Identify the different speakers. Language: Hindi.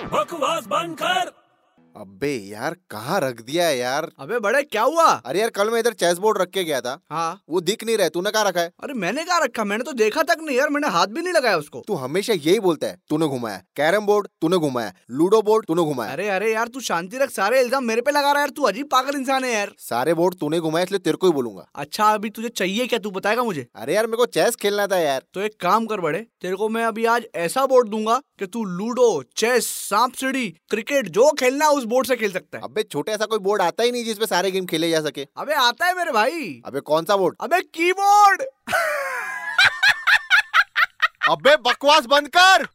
Speaker 1: आवाज बंद कर
Speaker 2: अबे यार कहाँ रख दिया है यार
Speaker 3: अबे बड़े क्या हुआ
Speaker 2: अरे यार कल मैं इधर चेस बोर्ड रख के गया था
Speaker 3: हाँ
Speaker 2: वो दिख नहीं रहा है तूने कहाँ रखा है
Speaker 3: अरे मैंने कहा रखा मैंने तो देखा तक नहीं यार मैंने हाथ भी नहीं लगाया उसको
Speaker 2: तू हमेशा यही बोलता है तूने घुमाया कैरम बोर्ड तूने घुमाया लूडो बोर्ड तूने घुमाया
Speaker 3: अरे अरे यार तू शांति रख सारे इल्जाम मेरे पे लगा रहा है यार तू अजीब पागल इंसान है यार
Speaker 2: सारे बोर्ड तूने घुमाया इसलिए तेरे को ही बोलूंगा
Speaker 3: अच्छा अभी तुझे चाहिए क्या तू बताएगा मुझे
Speaker 2: अरे यार मेरे को चेस खेलना था यार
Speaker 3: तो एक काम कर बड़े तेरे को मैं अभी आज ऐसा बोर्ड दूंगा कि तू लूडो चेस सांप सीढ़ी क्रिकेट जो खेलना है, उस बोर्ड से खेल सकता है
Speaker 2: अबे छोटे ऐसा कोई बोर्ड आता ही नहीं जिसपे सारे गेम खेले जा सके
Speaker 3: अबे आता है मेरे भाई
Speaker 2: अबे कौन सा बोर्ड
Speaker 3: अबे कीबोर्ड
Speaker 2: अबे बकवास बंद कर